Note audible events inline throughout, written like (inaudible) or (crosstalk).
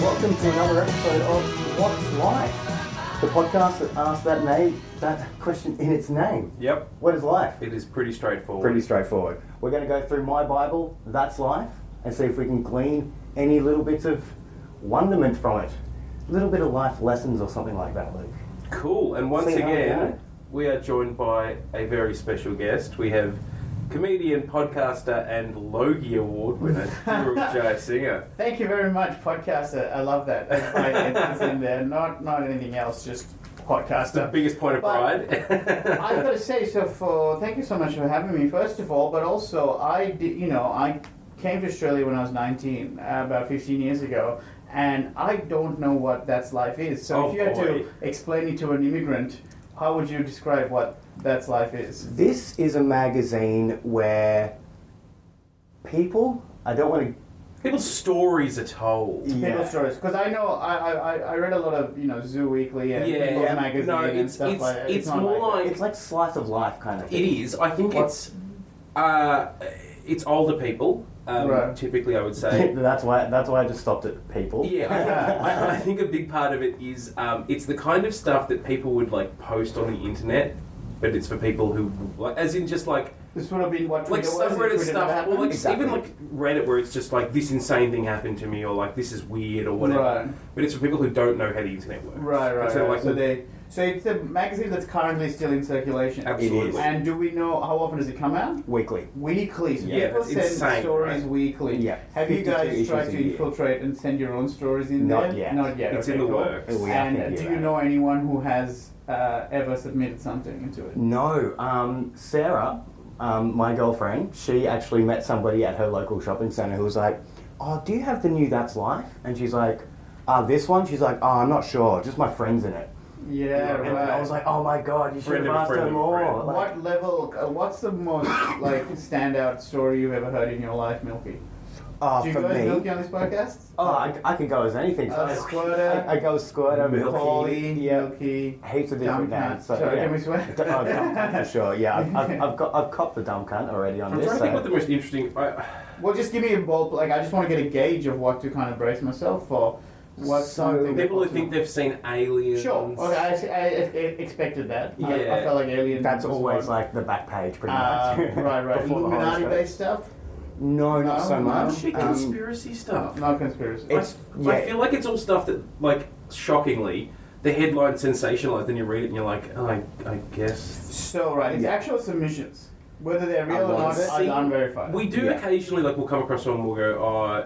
welcome to another episode of What's Life, the podcast that asks that name, that question in its name. Yep. What is life? It is pretty straightforward. Pretty straightforward. We're going to go through my Bible, that's life, and see if we can glean any little bits of wonderment from it, a little bit of life lessons or something like that, Luke. cool. And once See how we go. again, we are joined by a very special guest. We have comedian, podcaster, and Logie Award (laughs) winner, Drew J. Singer. Thank you very much, podcaster. I love that. That's my entrance (laughs) in there. Not not anything else, just That's the podcaster. biggest point of (laughs) But- I've got pride. to say, so for thank you so much for having me. First of all, but also I did, you know, I came to Australia when I was 19, uh, about 15 years ago, and I don't know what that's life is. So Oh, if you had boy. to explain it to an immigrant, how would you describe what that's life is? This is a magazine where people, I don't want to People's stories are told. Yeah. People stories, because I know I, I I- I read a lot of you know Zoo Weekly and Yeah. People Yeah. magazine No, and it's- stuff it's- like that. it's not more that. like- It's like slice of life kind of It thing. is. I think What- it's uh, it's older people. Um, Right. Typically, I would (laughs) (laughs) say. that's why. That's why I just stopped at people. Yeah, I think, I, I think a big part of it is um, it's the kind of stuff that people would like post on the internet, but it's for people who, like, as in just like This would have been what like Twitter was. if subreddit Twitter never stuff, or happened. like Exactly. even like Reddit, where it's just like this insane thing happened to me, or like this is weird, or whatever. right, But it's for people who don't know how the internet works. right, right. And so, right. like, so they, so it's a magazine that's currently still in circulation. absolutely. And do we know how often does it come out? Weekly. Weekly. So Yeah, people it's send insane, stories right? weekly. Yeah, Have you 52 guys issues tried a to year. infiltrate and send your own stories in Not there? yet. Not yet. it's okay, in the cool. works. We are And thinking do about you it. know anyone who has uh, ever submitted something into it? No, um, Sarah, um, my girlfriend, she actually met somebody at her local shopping centre who was like, "Oh, do you have the new That's Life?" And she's like, "Ah, this one." She's like, "Oh, I'm not sure. Just my friends in it." Yeah, And right. I was like, "Oh my god, you should Friend have of a asked friend her of a more." friend. Like, what level? Uh, what's the most like standout story you've ever heard in your life, Milky? oh, Do you for guys milky me. on this podcast? Oh, I, I could go as anything. Uh, Squirter. I, I go squirter, Milky. milky, Pauline, yeah, Milky. heaps of different Dumb cunt. names. So, Sorry, yeah. can we swear? D- oh, dumb cunt for sure. Yeah, I've, I've, I've got I've copped the dumb cunt already on I'm this. trying to think so- what the most interesting. I, Well, just give me a bold. Like, I just want to get a gauge of what to kind of brace myself for. What's So, something that people who pops think up. they've seen aliens. Sure. Okay, I, I, I expected that. I, Yeah. I felt like alien. That's was always one. like the back page, pretty Uh, much. (laughs) right, right. Before the Illuminati horoscope. based stuff. No, not No, so no. much. Actually, Um, conspiracy stuff. Not conspiracy. it's I, yeah, I feel like it's all stuff that, like, shockingly, the headline sensationalized, then you read it and you're like, oh, I, I guess. so right. It's Yeah. actual submissions. Whether they're real or not, Unless- are unverified. We do Yeah. occasionally, like, we'll come across one and we'll go, oh,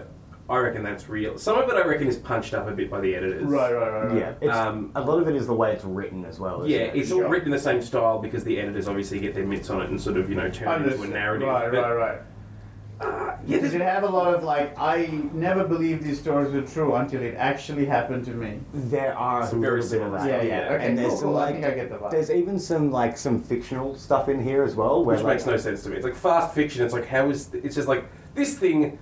I reckon that's real. Some of it I reckon is punched up a bit by the editors. Right, right, right, right. yeah. It's, Um, a lot of it is the way it's written as well. isn't yeah, it? it's all written in the same style because the editors obviously get their mitts on it and sort of, you know, turn it into a Understood. narrative. Right, But, right, right. uh, yeah, Did there's- it have a lot of like I never believed these stories were true until it actually happened to me? There are It's a little very bit of similar. that. Yeah, yeah. Okay, and there's cool, some cool. I like think I get the vibe. there's even some like some fictional stuff in here as well. Where which like, makes no sense to me. It's like fast fiction. It's like how is th- it's just like this thing.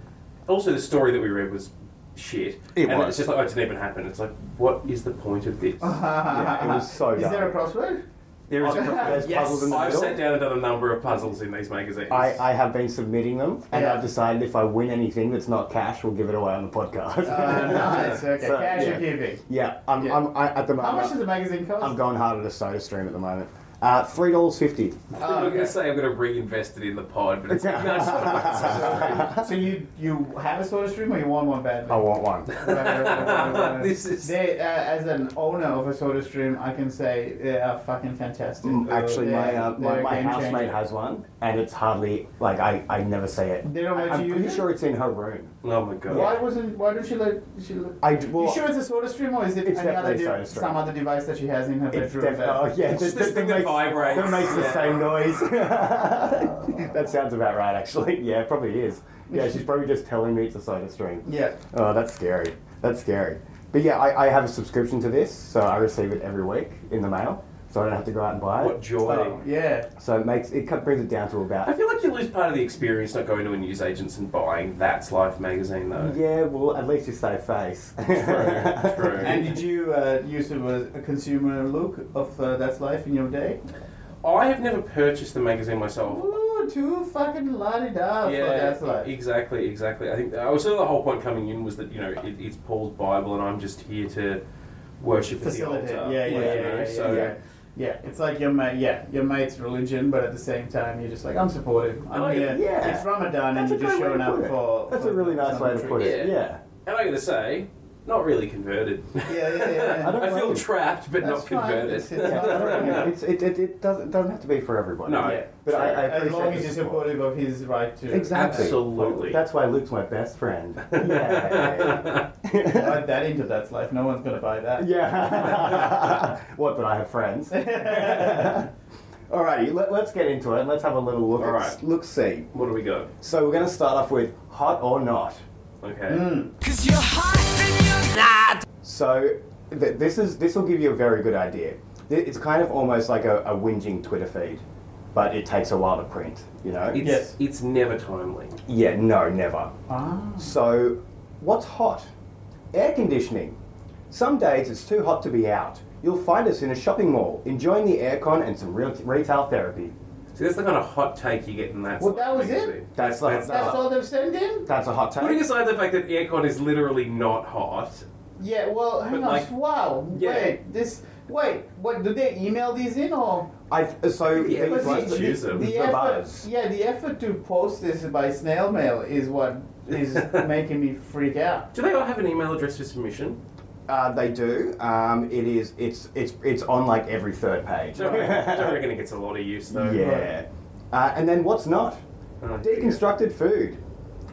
Also, the story that we read was shit, It and was. Uh-huh. it's just like oh, it didn't even happen. It's like what is the point of this? (laughs) Yeah, it was so Is there a dumb. (laughs) crossword? There is. Oh, A, (laughs) there's Yes. puzzles in the I've middle. sat down and done a number of puzzles in these magazines. I, I have been submitting them, and Yeah. I've decided if I win anything that's not cash, we'll give it away on the podcast. (laughs) Uh, nice. Okay. So, Cash yeah. or giving. Yeah, I'm, Yeah. I'm I, at the moment. How much does the magazine cost? I'm going hard at a soda stream at the moment. Uh, Three dollars fifty. Oh, am okay. gonna say I'm gonna reinvest it in the pod, but it's no, it's not (laughs) so you you have a soda stream or you want one badly? (laughs) I want one. Right, right, right, right, right. This is- They, uh, as an owner of a soda stream, I can say they are fucking fantastic. Mm, Actually, They're- my uh, my, they're my game housemate changer. has one, and it's hardly like I, I never say it. They don't let I'm you pretty use it? sure it's in her room. Oh my god! Why wasn't? Why did she let? She let I d- well, you sure it's a soda stream or is it It's another definitely de- soda stream. some other device that she has in her it's bedroom? definitely oh, yeah, It's just that- this thing that makes, vibrates. That makes the Yeah. same noise. (laughs) that sounds about right, actually. (laughs) Yeah, it probably is. Yeah, she's probably just telling me it's a soda stream. yeah. Oh, that's scary. That's scary. But yeah, I, I have a subscription to this, so I receive it every week in the mail, so I don't have to go out and buy it. What joy! Oh, yeah. So it makes it cut- brings it down to I about feel like you lose part of the experience not going to a newsagent's and buying That's Life magazine though. yeah. Well, at least you save face. (laughs) True, true. And did you uh, use it as a consumer look of uh, That's Life in your day? Oh. I have never purchased the magazine myself. Ooh, were too fucking la di da for That's Life. exactly, exactly. I think that was sort of the whole point coming in was that you know it, it's Paul's Bible, and I'm just here to worship at the Facilitate. altar. Yeah, yeah, like, yeah, you know, yeah, yeah, so yeah. Yeah, it's like your mate. Yeah, your mate's religion, but at the same time, you're just like, I'm supportive. I'm Oh, here. yeah. It's Ramadan, That's a and you're just great way showing to up put it. for. That's for a really nice way to something. put it. Yeah. Yeah. And I gotta say, not really converted. Yeah, yeah, yeah. (laughs) I don't I, feel mind. trapped, but That's not fine. It's- it's Yeah, converted. I don't know. (laughs) Yeah. It's, it, it, it doesn't, doesn't have to be for everybody. (laughs) No. Yeah, But I- I as long appreciate as the you're support. supportive of his right to. Exactly. Absolutely. That's why Luke's my best (laughs) friend. Yeah. Add that into that's life. No one's gonna buy that. yeah. (laughs) what, that I have (laughs) friends? Alrighty, let, let's get into it. Let's have a little look. All at right. Look, see. what do we got? So we're going to start off with hot or not. Okay. Mm. Cause you're hot and you're not. So th- this is this will give you a very good idea. Th- It's kind of almost like a, a whinging Twitter feed, but it takes a while to print. You know? It's, Yes. it's never timely. yeah. No, never. (laughs) Ah. So, what's hot? Air conditioning. Some days it's too hot to be out. You'll find us in a shopping mall, enjoying the aircon and some real retail therapy. See, that's the kind of hot take you get in that. Well, sort of that was it? magazine. That's the- that's, That's Uh, all they've sent in. That's a hot take. Putting aside the fact that aircon is literally not hot, Yeah. Well, hang But on. like- wow. Yeah. Wait. This. Wait. What? Do they email these in or? I so Yeah, these but ones- the- choose them. the effort, buzz. Yeah, the effort to post this by snail mail is what (laughs) is making me freak out. do they all have an email address for (laughs) submission? Uh, they do. Um, it is. It's. It's. It's on like every third page. Don't reckon don't reckon it gets a lot of use though. yeah. Uh, and then what's not? Oh, Deconstructed food.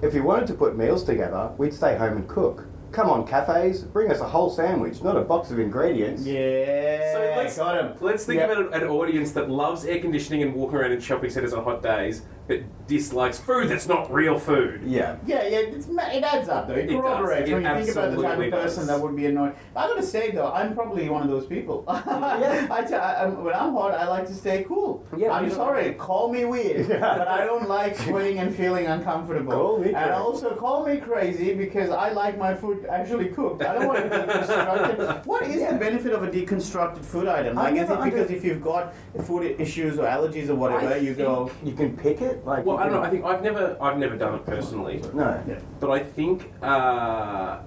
If you wanted to put meals together, we'd stay home and cook. Come on, cafes, bring us a whole sandwich, not a box of ingredients. Yeah. So let's, got him. let's think Yeah. about an audience that loves air conditioning and walking around in shopping centres on hot days, but dislikes food that's not real food. Yeah. Yeah, yeah, it's, ma- it adds up though. It, It does. corroborates It when you think about the type absolutely of does. person that would be annoyed. I gotta say though, I'm probably one of those people. (laughs) Yeah. I t- I, I'm, when I'm hot, I like to stay cool. Yeah, I'm you know. sorry, call (laughs) me weird, Yeah. but I don't like sweating and feeling uncomfortable. Call me and crazy. also call me crazy because I like my food actually cooked. I don't want to be (laughs) deconstructed. What is Yeah. the benefit of a deconstructed food item? I Like, is never it because under- if you've got food issues or allergies or I whatever, you go. You can pick it? Like Well, you I don't know. can- I think I've never, I've never done it personally, No. Yeah. but I think, uh,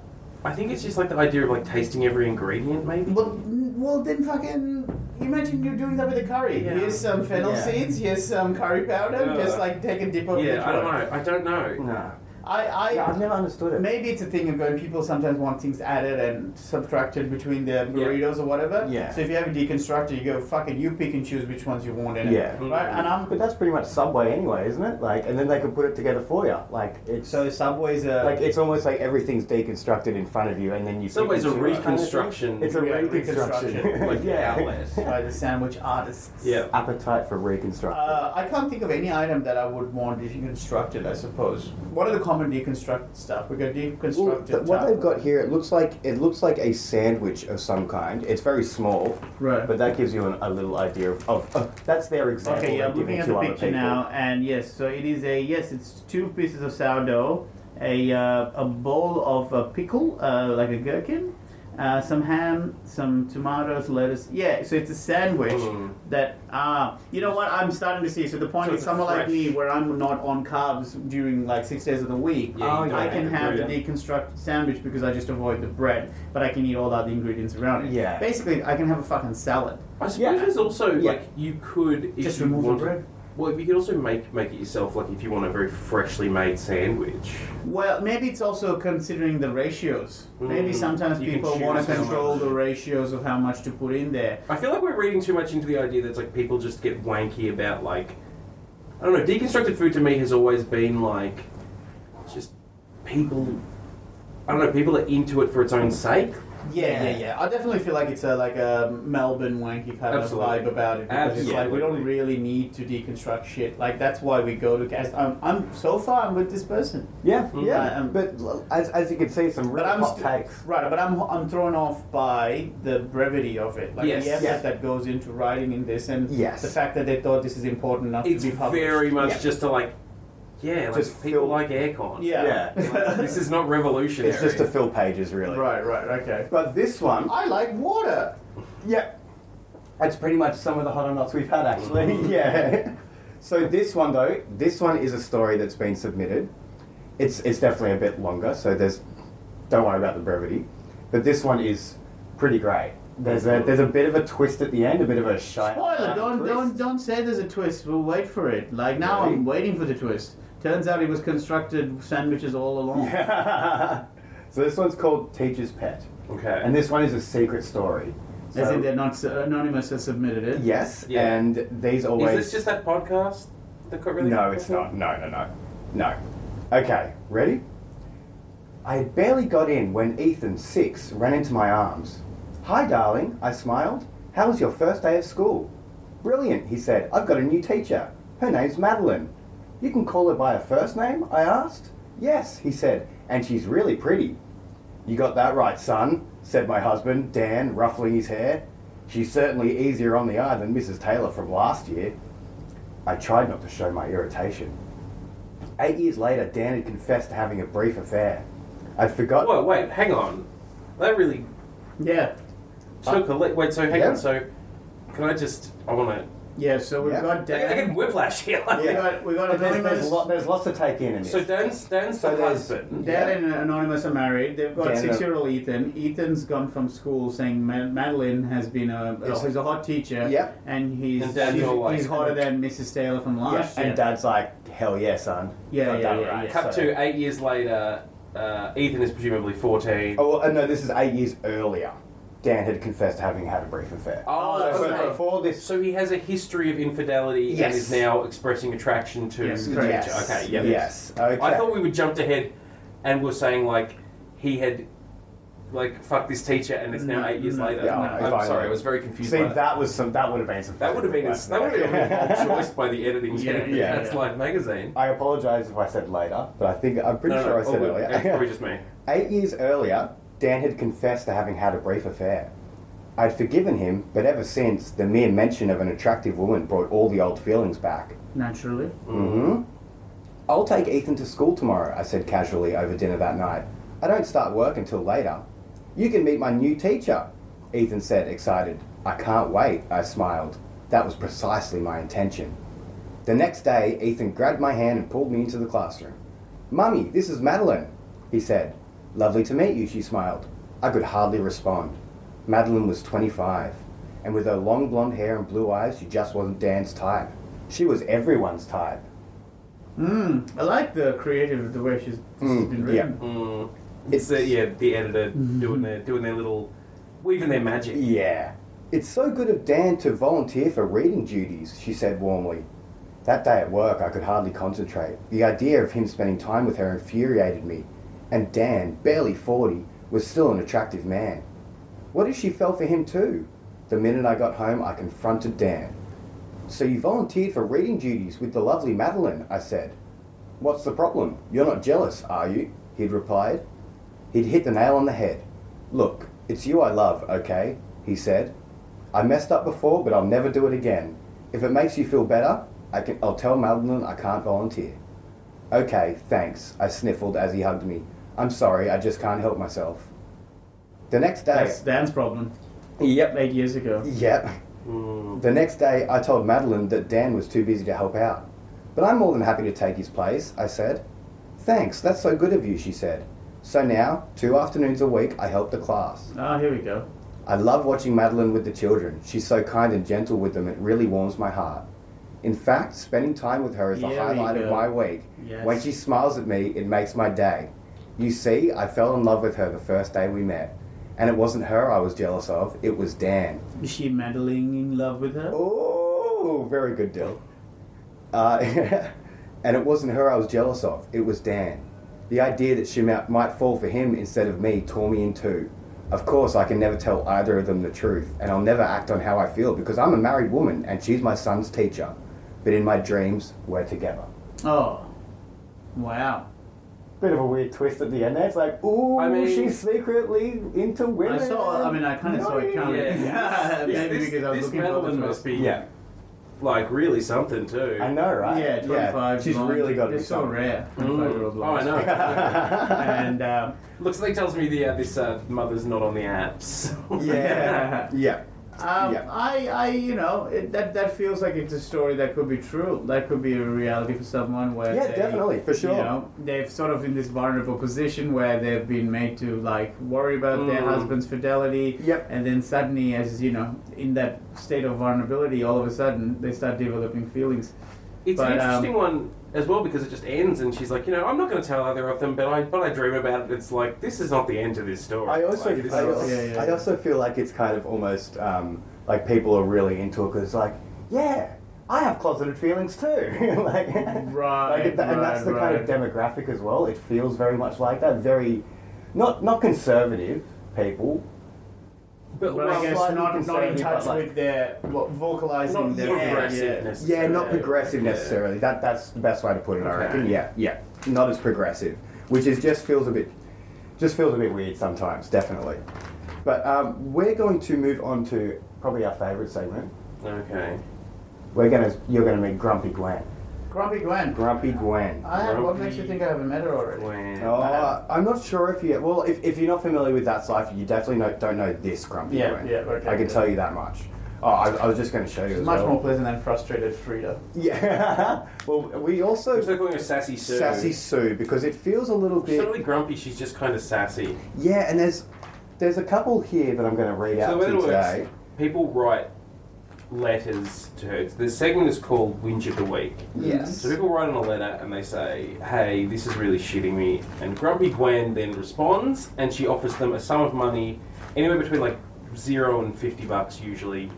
I think it's just like the idea of like tasting every ingredient, maybe. Well, well, then fucking imagine you're doing that with a curry. Yeah. Here's some fennel Yeah. seeds. Here's some curry powder. Yeah. Just like take a dip of each Yeah, I don't one. know. I don't know. No. I, I Yeah, I've never understood it. maybe it's a thing of going. People sometimes want things added and subtracted between their Yeah. burritos or whatever. Yeah. So if you have a deconstructor, you go fuck it. You pick and choose which ones you want in it. Yeah. Right. And But I'm that's pretty much Subway anyway, isn't it? Like, and then they could put it together for you. Like, it's so uh, Subway's a like it's almost like everything's deconstructed in front of you, and then you. Subway's pick and a choose kind of thing. reconstruction- It's a Yeah, reconstruction. (laughs) reconstruction. Like the outlet. by the sandwich artists. Yeah. Appetite for reconstruction. Uh, I can't think of any item that I would want deconstructed. I suppose. What are the common deconstructed stuff? We got deconstructed. Well, th- what tap- they've got here, it looks like it looks like a sandwich of some kind. It's very small, Right. but that gives you an, a little idea of, of, of that's their example. Okay, yeah, they're I'm looking giving at to the other picture people. now, and yes, so it is a yes. It's two pieces of sourdough, a uh, a bowl of uh, pickle, uh, like a gherkin, uh, some ham, some tomatoes, lettuce. Yeah, so it's a sandwich Mm. that ah, you know what? I'm starting to see. So the point So is, it's someone like fresh. me, where I'm not on carbs during like six days of the week, Yeah, you Oh, don't yeah. I can to have do the that. deconstructed sandwich because I just avoid the bread, but I can eat all the other ingredients around it. Yeah. basically, I can have a fucking salad. I suppose Yeah. there's also Yeah. like you could if Just you remove the want bread. Well, you could also make make it yourself. Like if you want a very freshly made sandwich. Well, maybe it's also considering the ratios. Maybe Mm. sometimes You can people want choose to how control much. the ratios of how much to put in there. I feel like we're reading too much into the idea that like people just get wanky about like I don't know. Deconstructed food to me has always been like just people. I don't know. People are into it for its own sake. Yeah, yeah, yeah. I definitely feel like it's a like a Melbourne wanky kind Absolutely. of vibe about it. Because it's like we don't Absolutely. really need to deconstruct shit. Like that's why we go to gas. I'm, I'm so far I'm with this person. Yeah, Mm. yeah. I- I'm- but l- as, as you can see, some But really I'm hot st- takes. Right, but I'm I'm thrown off by the brevity of it, like Yes. the effort Yes. that goes into writing in this, and Yes. the fact that they thought this is important enough It's to be published. very much Yeah. just to like yeah, like Just people feel- like aircon. (laughs) yeah. Like, this is not revolutionary. It's just to fill pages, really. right, right, okay. But this one, I like water. (laughs) yeah, that's pretty much some of the hot or nots we've had, actually. yeah. So this one though, this one is a story that's been submitted. It's it's definitely a bit longer, so there's don't worry about the brevity. But this one is pretty great. There's a there's a bit of a twist at the end, a bit of a shy. Spoiler! Don't don't don't say there's a twist. We'll wait for it. Like now, Really? I'm waiting for the twist. Turns out it was constructed sandwiches all along. (laughs) so this one's called Teacher's Pet, Okay. and this one is a secret story. As So- in, they're not uh, anonymous has submitted it. yes, Yeah. and these is always. this just that podcast that got really No, it's not. No, no, no. No. Okay, ready? I had barely got in when Ethan, six, ran into my arms. Hi, darling, I smiled. How was your first day of school? Brilliant, he said. I've got a new teacher. Her name's Madeline. You can call her by her first name? I asked. Yes, he said, and she's really pretty. You got that right, son, said my husband, Dan, ruffling his hair. She's certainly easier on the eye than Mrs. Taylor from last year. I tried not to show my irritation. Eight years later, Dan had confessed to having a brief affair. I'd forgotten. Whoa, wait, hang on. That really Yeah. took a le- Wait, so hang Yeah. on. So, can I just? I want to. Yeah. So we've Yeah. got I I Dan. get whiplash here. (laughs) like- We got we got But there's, there's, anonymous. lot, there's lots to take in in this. So Dan's Dan's So the there's- husband. Dad and Anonymous are married. They've got Dan- uh, six-year-old Ethan. Ethan's gone from school saying Ma- Madeline has been a Yes. he's a hot teacher. Yep. And he's And Dan's she's- all like- he's hotter than Mrs. Taylor from yeah, last year. and Dad's like, hell yeah, son. Yeah, Got yeah, that yeah, yeah. Cut so- to eight years later. Uh, Ethan is presumably fourteen. Oh, well, no, this is eight years earlier. Dan had confessed to having had a brief affair. Oh, so okay. before this. So he has a history of infidelity and Yes. is now expressing attraction to Yes, the correct. teacher. Okay, yeah. Yes. Okay. I thought we would jumped ahead and were saying like he had like fucked this teacher and it's now eight years Mm, later. yeah, No, if I'm I- sorry, I was very confused. See, by that. that was some. That would have been some. That would have been a, that would have (laughs) been a bold choice by the editing team. Yeah, at yeah, That's yeah. Life magazine. I apologise if I said later, but I think I'm pretty No, no, sure I oh, said good. earlier. It's probably just me. (laughs) Eight years earlier, Dan had confessed to having had a brief affair. I'd forgiven him, but ever since, the mere mention of an attractive woman brought all the old feelings back. Naturally. Mm-hmm. I'll take Ethan to school tomorrow, I said casually over dinner that night. I don't start work until later. You can meet my new teacher, Ethan said, excited. I can't wait, I smiled. That was precisely my intention. The next day, Ethan grabbed my hand and pulled me into the classroom. Mummy, this is Madeline, he said. Lovely to meet you, she smiled. I could hardly respond. Madeline was 25, and with her long blonde hair and blue eyes, she just wasn't Dan's type. She was everyone's type. Mm, I like the creative, the way she's she's Mm, been yeah. written. Mm. It's- It's the, yeah, the editor doing their doing their little weaving their magic. Yeah. It's so good of Dan to volunteer for reading duties, she said warmly. That day at work, I could hardly concentrate. The idea of him spending time with her infuriated me, and Dan, barely 40, was still an attractive man. What if she fell for him too? The minute I got home, I confronted Dan. So you volunteered for reading duties with the lovely Madeline, I said. What's the problem? You're not jealous, are you? He'd replied. He'd hit the nail on the head. Look, it's you I love, okay? He said. I messed up before, but I'll never do it again. If it makes you feel better, I can, I'll tell Madeline I can't volunteer. Okay, thanks, I sniffled as he hugged me. I'm sorry, I just can't help myself. The next day. That's Dan's problem. Yep. Eight years ago. Yep. (laughs) Mm. The next day, I told Madeline that Dan was too busy to help out. But I'm more than happy to take his place, I said. Thanks, that's so good of you, she said. So now, two afternoons a week, I help the class. Ah, here we go. I love watching Madeline with the children. She's so kind and gentle with them, it really warms my heart. In fact, spending time with her is the Yeah, there you highlight of go. my week. Yes. When she smiles at me, it makes my day. You see, I fell in love with her the first day we met. And it wasn't her I was jealous of, it was Dan. Is she meddling in love with her? Oh, very good deal. Uh, (laughs) and it wasn't her I was jealous of, it was Dan. The idea that she might, might fall for him instead of me tore me in two. Of course, I can never tell either of them the truth, and I'll never act on how I feel because I'm a married woman and she's my son's teacher. But in my dreams, we're together. Oh, wow. Bit of a weird twist at the end there. It's like, ooh, I mean- she's secretly into women. I saw. I mean, I kind of saw it coming. Yeah. Yeah, maybe This- because I was this looking for Madeline the must twist. be Yeah, like really something too. I know, right? Yeah, twenty-five. she's blonde. really got to They're be so something. rare. Mm. Twenty-five-year-old Oh, (laughs) I know. And uh, Looks like tells me the uh, this uh, mother's not on the apps. (laughs) (laughs) Yeah. yeah. Um, Yeah. I, I, you know, it, that that feels like it's a story that could be true. That could be a reality for someone where Yeah, they, definitely, for sure. You know, they've sort of in this vulnerable position where they've been made to like worry about their Mm. husband's fidelity. Yep. And then suddenly, as you know, in that state of vulnerability, all of a sudden they start developing feelings. (laughs) It's But, an um, interesting one as well because it just ends, and she's like, you know, I'm not going to tell either of them, but I but I dream about it. It's like this is not the end to this story. I also, Like, this I, is- also Yeah, yeah, I yeah. also feel like it's kind of almost um, like people are really into it because it's like, yeah, I have closeted feelings too. (laughs) like, Right, like it- and that's right, the kind of demographic as well. It feels very much like that. Very, not not conservative people. but But well, I guess slightly not not in conservative, but, touch like- with their what, vocalizing not their progressive Yeah. necessarily. Yeah, not progressive Yeah. necessarily. That that's the best way to put it. I Okay. reckon. Yeah, yeah, not as progressive, which is just feels a bit, just feels a bit weird sometimes. Definitely, but um, we're going to move on to probably our favourite segment. Okay. We're gonna, you're gonna meet Grumpy Gwen. Grumpy Gwen. Grumpy Gwen. I have, what makes you think I haven't met her already? Gwen. Oh, I'm not sure if you. Well, if, if you're not familiar with that cipher, you definitely know, don't know this Grumpy Yeah, Gwen. yeah, okay. I can tell you that much. Oh, I, I was just going to show you. as She's much well. more pleasant than frustrated Frida. (laughs) Yeah. well, we also I'm still calling her sassy Sue. sassy Sue because it feels a little She's bit. not really grumpy. She's just kind of sassy. Yeah, and there's there's a couple here that I'm going to read So out the to way that you it today. works, people write letters to her. The segment is called Whinge of the Week. Yes. So people write in a letter and they say, "Hey, this is really shitting me." And Grumpy Gwen then responds, and she offers them a sum of money, anywhere between like zero and fifty bucks usually,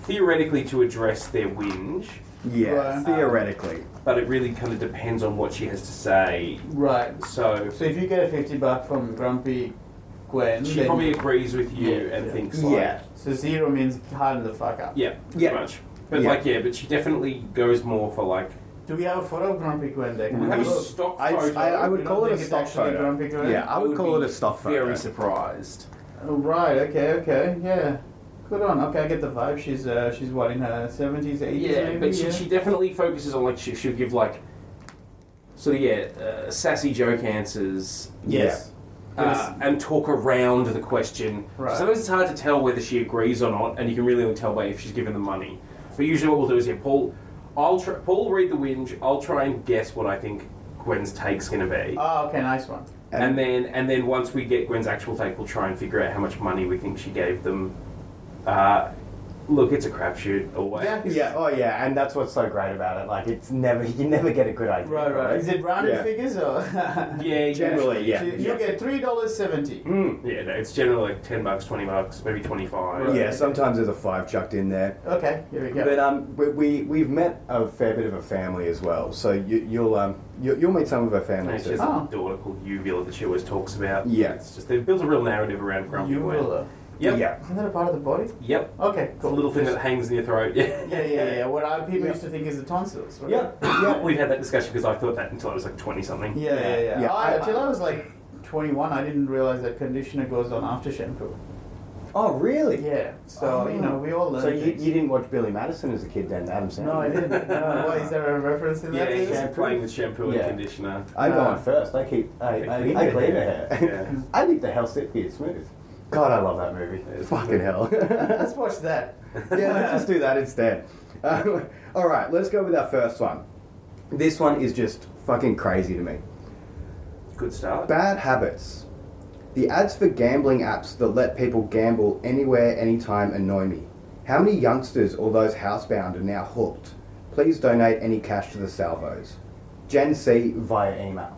theoretically to address their whinge. Yeah, Right. Um, theoretically. But it really kind of depends on what she has to say. Right. So So if you get a 50 buck from Grumpy Gwen, she then- probably agrees with you Yeah, and yeah. thinks like, Yeah. so zero means harden the fuck up. yeah, Yeah. pretty much. But Yeah. like, yeah, but she definitely goes more for like Do we have a photo of Grumpy Gwen there? Can we We have a do. look? stock I, photo. I, I You would don't call it a think it's stock actually photo. Grumpy Gwen? Yeah, I would, call be it a stock photo. Very surprised. Oh, right. Okay. Okay. Yeah. Good on. Okay, I get the vibe. She's uh, she's what in her 70s, 80s. Yeah, maybe? but she, yeah. she definitely focuses on like she, she'll give like sort of yeah uh, sassy joke answers Yes. uh, and talk around the question. Right. Sometimes it's hard to tell whether she agrees or not, and you can really only tell by if she's given the money. But usually, what we'll do is yeah, Paul, I'll tr- Paul will read the whinge. I'll try and guess what I think Gwen's take's going to be. Oh, okay. Nice one. and then, and then once we get Gwen's actual take, we'll try and figure out how much money we think she gave them. Uh, look, it's a crapshoot. Always. Yeah. Yeah, oh yeah, and that's what's so great about it. Like, it's never, (laughs) you never get a good idea. Right. Right. Is it rounded Yeah. figures or? (laughs) Yeah, Generally, yeah. So you get three dollars seventy. Mm, yeah, no, it's generally like ten bucks, twenty bucks, maybe twenty-five. Yeah, sometimes there's a five chucked in there. Okay. Here we go. uh, But um, we, we we've met a fair bit of a family as well. So you, you'll um, you, you'll meet some of her family And she too. has Oh. a daughter called Uvula that she always talks about. Yeah. it's just they've built a real narrative around Grumpy. you Gwen. will. uh, Yep. Yeah. Isn't that a part of the body? Yep. Okay, It's a cool. little thing Just- that hangs in your throat. (laughs) Yeah. Yeah, yeah, yeah. What our people Yeah. used to think is the tonsils. Right? Yeah. Yeah. (laughs) We've had that discussion because I thought that until I was like twenty something. Yeah, yeah, yeah. Yeah. I, until I was like 21, I didn't realize that conditioner goes on after shampoo. Oh really? Yeah. So, Oh. you know, we all learn. So you, things. you didn't watch Billy Madison as a kid then, Adam Sandler? No, I didn't. No. What, is there a reference in Yeah, that? she's shampoo. playing with shampoo and Yeah. conditioner. I go No. on first. I keep. I, I, I clean clean it. her hair. Yeah. (laughs) I think the hell sit here smooth. God, I love that movie. It's Fucking good. (laughs) hell. (laughs) Let's watch that. yeah, let's just do that instead. (laughs) Um, all right, let's go with our first one. This one is just fucking crazy to me. Good start. Bad habits. The ads for gambling apps that let people gamble anywhere, anytime annoy me. How many youngsters or those housebound are now hooked? Please donate any cash to the Salvos. Gen C via email.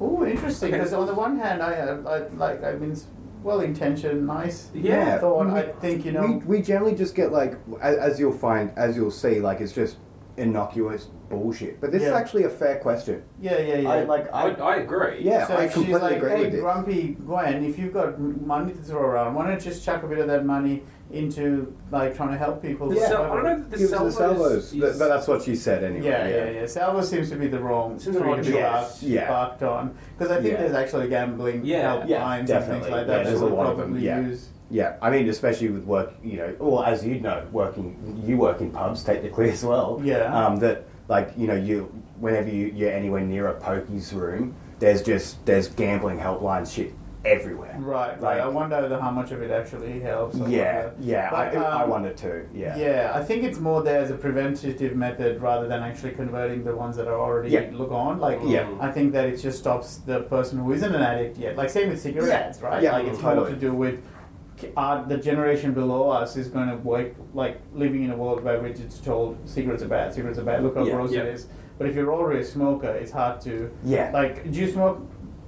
Oh, interesting. Okay. Because on the one hand, I, uh, I like, I mean, well intentioned, nice. Yeah. Thought, I think, you know. We, we generally just get like, a- as you'll find, as you'll see, like it's just innocuous bullshit. But this is Yeah. actually a fair question. yeah, yeah, yeah. I like I, I. I agree. Yeah, so I if she's completely like, agree hey, with it. grumpy Gwen, if you've got m- money to throw around, why don't you just chuck a bit of that money into like trying to help people? The or sal- I whatever? don't know. if The Give it to the salvo Salvos. is- Th- is- but that's what she said anyway. Yeah, yeah, yeah. Salvo seems to be the wrong Seems tree wrong to choice. be barked, Yeah. barked on because I think Yeah. there's actually gambling Yeah, helplines yeah, and definitely. things like Yeah, that. that there's a we'll lot of them, probably yeah. Use. Yeah, I mean, especially with work, you know, or as you know, working, you work in pubs technically (laughs) as well. Yeah. Um, that like you know you whenever you, you're anywhere near a pokies room, there's just there's gambling helpline shit everywhere. Right, right. Like- I wonder the, how much of it actually helps. or Yeah, whatever. yeah. I, But, I um, wonder too. Yeah. Yeah, I think it's more there as a preventative method rather than actually converting the ones that are already Yeah. look on. Like, Yeah. I think that it just stops the person who isn't an addict yet. Like, same with cigarettes, right? Yeah, like, it's totally. more to do with k- are the generation below us is going to work like living in a world by which it's told cigarettes are bad, cigarettes are bad. Look how Yeah. gross it Yeah. is. But if you're already a smoker, it's hard to Yeah. like, do you smoke?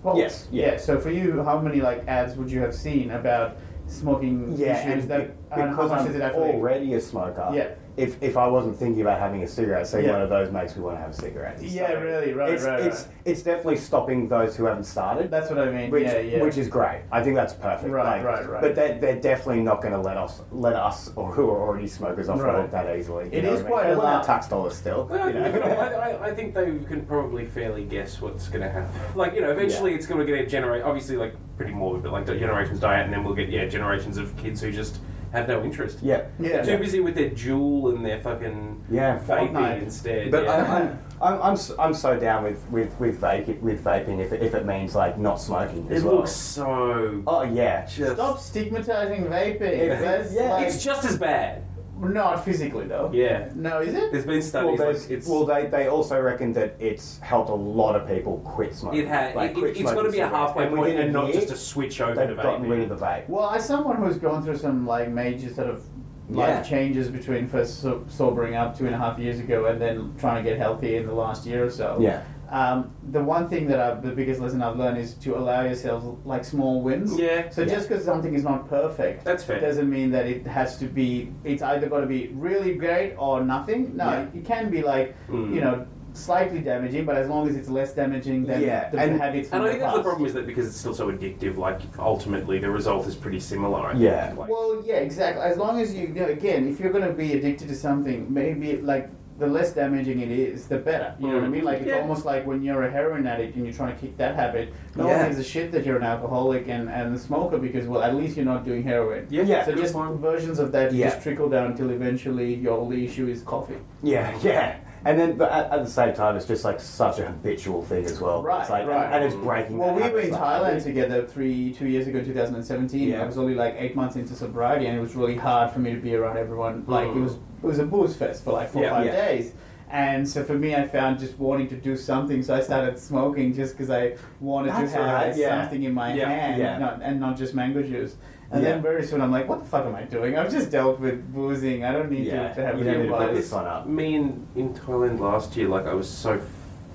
pot? Yes, yeah. Yeah. So for you, how many like ads would you have seen about smoking Yeah, issues? and that be- and how because much I'm is it actually? already a smoker. Yeah. If, if I wasn't thinking about having a cigarette, seeing Yeah. one of those makes me want to have a cigarette. Yeah, So really, right, it's, right, it's, right. it's definitely stopping those who haven't started, That's what I mean. which, yeah, yeah. which is great. I think that's perfect. Right, right, right. But they're, they're definitely not going to let us let us or who are already smokers off the Right. hook that easily. You It know is what quite I mean? They want allowed. our tax dollars still. Well, you you know, know? I, I- I think they can probably fairly guess what's going to happen. (laughs) Like, you know, eventually it's going to get a generate. Obviously, like pretty morbid, but like the generations die out, and then we'll get yeah generations of kids who just have no interest. (laughs) yeah. yeah. Too busy with their jewel and their fucking Yeah, vaping Fortnite. instead. But yeah. I, I'm, I'm, I'm, s- I'm so down with, with, with, vape, with vaping if it, if it means like not smoking as it well. looks so. oh yeah. just, Stop stigmatizing vaping. If- That's yeah. like, It's just as bad. not physically though. Yeah. No, is it? There's been Well, studies. there's- like it's, well, they, they also reckon that it's helped a lot of people quit smoking. it had. Like, it, quit has got to smoking be a cigarettes. halfway And point, within and a not year, just a switch over to They've gotten rid vaping. of the vape. Well, as someone who's gone through some like major sort of life Yeah. changes between first so- sobering up two and a half years ago and then trying to get healthy in the last year or so. Yeah. Um, the one thing that I've, the biggest lesson I've learned is to allow yourself like small wins. Yeah. So Yeah. just because something is not perfect, That's fair. doesn't mean that it has to be. It's either got to be really great or nothing. No, Yeah. it can be like Mm. you know slightly damaging, but as long as it's less damaging than Yeah, the and- habits. from And I think that's the past. problem is that because it's still so addictive, like ultimately the result is pretty similar. I think. Yeah. Like, Well, yeah, exactly. As long as you, you know, again, if you're going to be addicted to something, maybe like the less damaging it is, the better. You know what I mean? Like it's Hmm. Yeah. almost like when you're a heroin addict and you're trying to kick that habit. No Yeah. one gives a shit that you're an alcoholic and, and a smoker because well, at least you're not doing heroin. yeah, Yeah. So good just point. versions of that Yeah. just trickle down until eventually your only issue is coffee. Yeah, (laughs) yeah. And then, but at, at the same time, it's just like such a habitual thing as well. Right, It's like, right. And it's breaking. Well, that we were habit, in like- Thailand together three, two years ago, 2017. Yeah. I was only like eight months into sobriety, and it was really hard for me to be around everyone. Like it was, it was a booze fest for like four, Yeah. five Mm. Yeah. days. And so for me, I found just wanting to do something, so I started smoking just because I wanted That's to have right, yeah. something in my Yeah, hand, yeah. Not, and not just mango juice. And Yeah. then very soon, I'm like, what the fuck am I doing? I've just dealt with boozing. I don't need Yeah, to, to have you real don't need to put buzz." this one up. Me in, in Thailand last year, like I was so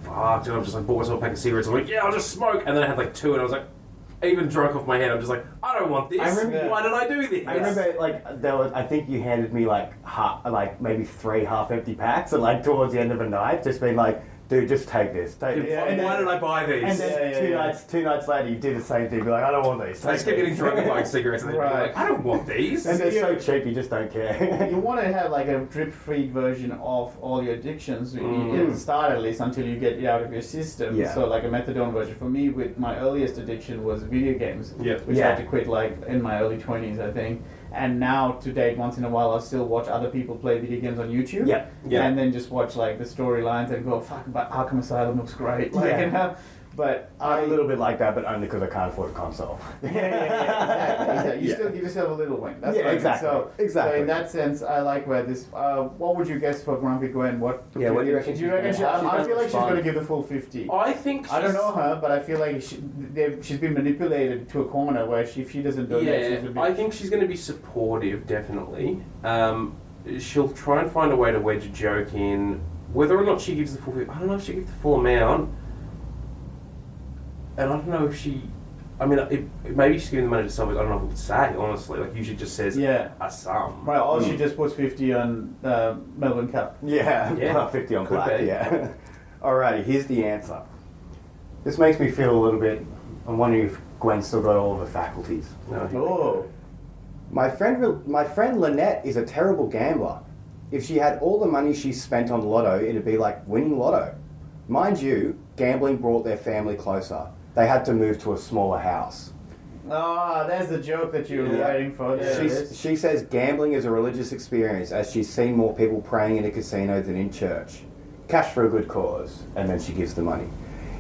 fucked, and I'm just like bought myself a pack of cigarettes. I'm like, yeah, I'll just smoke, and then I had like two, and I was like, even drunk off my head, I'm just like, I don't want this. I remember- Why did I do this? I remember, like, there was. I think you handed me like half, like maybe three half-empty packs, and like towards the end of the night, just being like, "Dude, just take this, take this." Why- and why then- did I buy these? And then Yeah, yeah, two yeah. nights, two nights later, you do the same thing. Be like, I don't want these. I just take kept getting these." (laughs) drunk and buying cigarettes, and then being Right. like, I don't want these. And they're so Yeah. cheap, you just don't (laughs) you care. (laughs) want to have like a drip-free version of all your addictions. You Mm. need to start at least until you get it out of your system. Yeah. So like a methadone version. For me, with my earliest addiction was video games, Yeah. which I Yeah. had to quit like in my early twenties, I think. And now to date, once in a while, I still watch other people play video games on YouTube. Yeah, yeah. And then just watch like the storylines and go, "Fuck, but Arkham Asylum looks great." (laughs) Like, Yeah. you know? But I'm I a little bit like that, but only because I can't afford a console. yeah, yeah, yeah, (laughs) exactly, exactly. You Yeah. still give yourself a little win. That's Yeah, what I mean. exactly, So, exactly. So in that sense, I like where this. Uh, what would you guess for Grumpy Gwen? What? Yeah, what do you reckon Do she's you reckon? gonna She, get? I, I feel like she's Fine. Oh, going to give the full fifty. I think I don't she's- know her, but I feel like she, they've- she's been manipulated to a corner where she, if she doesn't do that, she's a Yeah, bit. I think she's going to be supportive, definitely. Um, she'll try and find a way to wedge a joke in. Whether or not she gives the full, I don't know if she gives the full amount, and I don't know if she. I mean, it, maybe she's giving the money to someone. I don't know what to say. Honestly, like usually just says Yeah. a sum. Right, or Hmm. she just puts fifty on uh, Melbourne Cup. Yeah, (laughs) Yeah. about 50 on Could black, be. yeah. (laughs) Alrighty, here's the answer. This makes me feel a little bit. I'm wondering if Gwen's still got all of her faculties. No, here we Oh, go. My friend, my friend Lynette is a terrible gambler. If she had all the money she spent on lotto, it'd be like winning lotto. Mind you, gambling brought their family closer. They had to move to a smaller house. ah, there's the joke that you were Yeah. waiting for. There it She's, is. she says gambling is a religious experience as she's seen more people praying in a casino than in church. Cash for a good cause, and then she gives the money.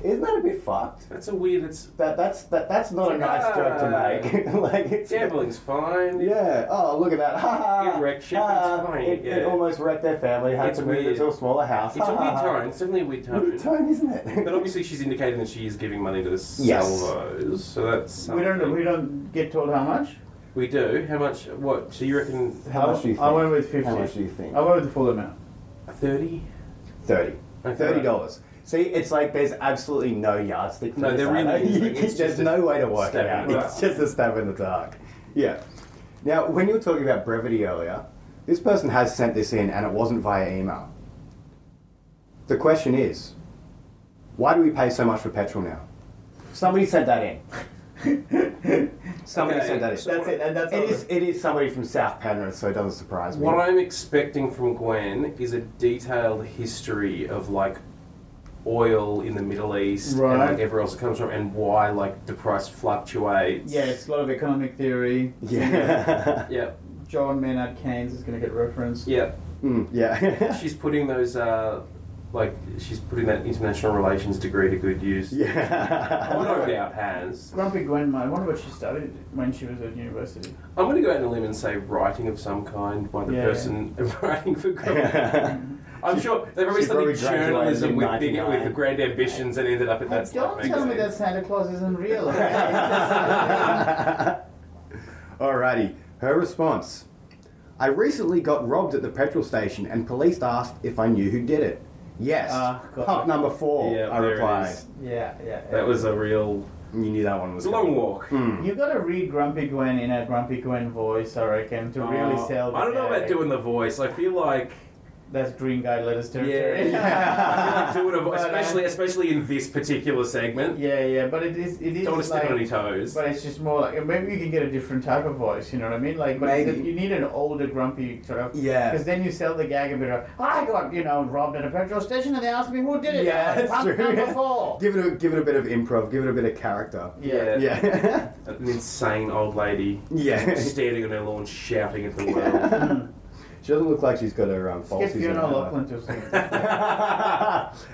Isn't that a bit fucked? That's a weird. It's That that's that, that's not a nice joke to make. (laughs) like it's gambling's fine. Yeah. Oh, look at that. Ha ha. It wrecked ship, it's Ha. funny, It, it yeah. almost wrecked their family. Had It's to move weird. into a smaller house. It's a Ha, ha, weird ha. tone. It's definitely a weird tone. Weird tone, isn't it? But obviously, she's indicating that she is giving money to the Yes. Salvos, so that's We don't. something. We don't get told how much. We do. How much? What? So you reckon How much do you I think? went with fifty. How much do you think? I went with the (laughs) full amount. thirty? Thirty. Okay. Thirty dollars. See, it's like there's absolutely no yardstick. For No, this there really either. (laughs) isn't. You It's can- just There's a no way to work it stab in out. the It's just a stab in the dark. Yeah. Now, when you were talking about brevity earlier, this person has sent this in, and it wasn't via email. The question is, why do we pay so much for petrol now? Somebody sent that in. Somebody Okay, sent that in. so- That's it. And that's it all. is. It is somebody from South Penrith, so it doesn't surprise me. What I'm expecting from Gwen is a detailed history of like oil in the Middle East and Right. like everywhere else it comes from, and why like the price fluctuates. Yeah, it's a lot of economic theory. yeah. (laughs) Yeah. (laughs) John Maynard Keynes is going to get referenced. Yeah. Mm, yeah. (laughs) She's putting those. Uh, like she's putting that international relations degree to good use. yeah. No doubt has. Grumpy Gwen might. I wonder what she studied when she was at university. I'm going to go out on a limb and say writing of some kind by the Yeah. person (laughs) writing for (laughs) Gwen. I'm sure they probably she probably studied graduated journalism in with big, 99. with grand ambitions and ended up at that stuff don't tell me magazine. that Santa Claus isn't (laughs) (laughs) real. (laughs) Alrighty, her response. I recently got robbed at the petrol station and police asked if I knew who did it. Yes, Ah, got pump it. number four, Yeah, I there it replied. is. yeah, yeah. That was a real. Hmm. You knew that one was It's a long coming. walk. Mm. You gotta read Grumpy Gwen in a Grumpy Gwen voice, I reckon, to really Uh, sell. The I don't know about gag. doing the voice. I feel like That's Green Guy Letters territory. I feel like doing a voice, But, uh, especially especially in this particular segment. (laughs) yeah, yeah, but it is. It is Don't want to step like, on any toes. But it's just more like maybe you can get a different type of voice. You know what I mean? Like, but Maybe. you need an older, grumpy sort of. Yeah. Because then you sell the gag a bit of. I got you know robbed at a petrol station and they asked me who did it. Yeah, I was that's pumped true. Number (laughs) four. Give it a give it a bit of improv, give it a bit of character. Yeah. Yeah. (laughs) An insane old (laughs) lady yeah. standing on her lawn shouting at the world. she doesn't look like she's got her um Get falsies in Fiona her. Lachlan to sing. (laughs)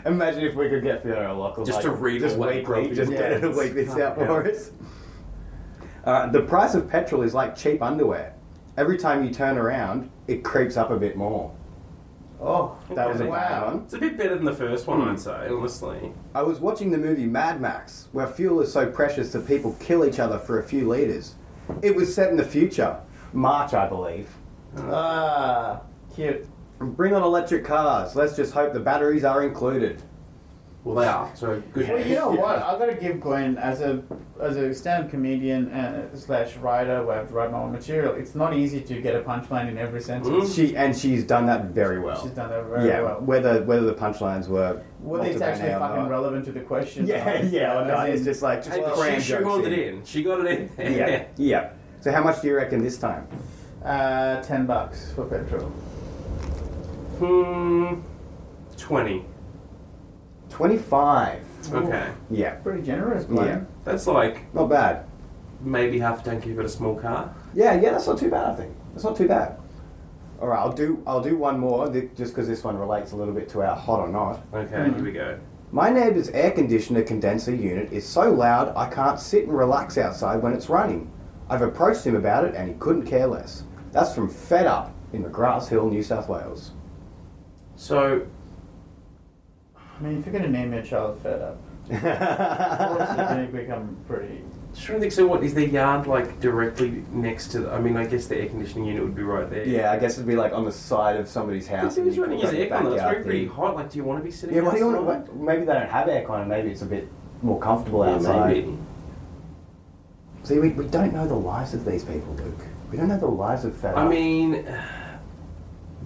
Imagine if we could get Fiona O'Loughlin Just like, to read just all that weekly, grumpy just get her to (laughs) words. week this out Fuck, for yeah. us. Uh, the price of petrol is like cheap underwear. Every time you turn around, it creeps up a bit more. Oh, That was a bad Wow. one. It's a bit better than the first one, I'd say, honestly. I was watching the movie Mad Max, where fuel is so precious that people kill each other for a few liters. It was set in the future, March, I believe. ah, cute. Bring on electric cars. Let's just hope the batteries are included. Well, they are. So good. (laughs) Well, you know (laughs) what? I've got to give Gwen as a as a stand-up comedian uh, slash writer where I have to write my own material. It's not easy to get a punchline in every sentence. Mm. She and she's done that very well. She's done that very yeah, well. whether whether the punchlines were Whether it's multiple actually now or fucking not. relevant to the question. Yeah, though, yeah, so or not. as It's in- just like just Hey, cram she jokes shoehorned in. it in. She got it in. there. (laughs) Yeah, yeah. So how much do you reckon this time? uh, ten bucks for petrol. (laughs) Hmm. 20. Twenty-five. Okay. Yeah, Pretty generous, Gwen. Yeah. That's like not bad. maybe half a tank if you've got a small car. Yeah, yeah. That's not too bad. I think that's not too bad. All right, I'll do I'll do one more th- just because this one relates a little bit to our hot or not. Okay, here we go. My neighbour's air conditioner condenser unit is so loud I can't sit and relax outside when it's running. I've approached him about it and he couldn't care less. That's from Fed Up in McGrath Hill, New South (laughs) Wales. So, I mean, if you're gonna name your child (laughs) Fed Up, I yeah, think we become pretty. just trying to think. So, what is the yard like directly next to? The, I mean, I guess the air conditioning unit would be right there. I guess it'd be like on the side of somebody's house. Because he and was you've running got his the aircon. though. It's backyard very pretty thing. hot. Like, do you want to be sitting? Yeah, what do you outside? want? What, maybe they don't have aircon, and maybe it's a bit more comfortable Yeah, outside. maybe. See, we, we don't know the lives of these people, Luke. We don't know the lives of Fed I Up. mean,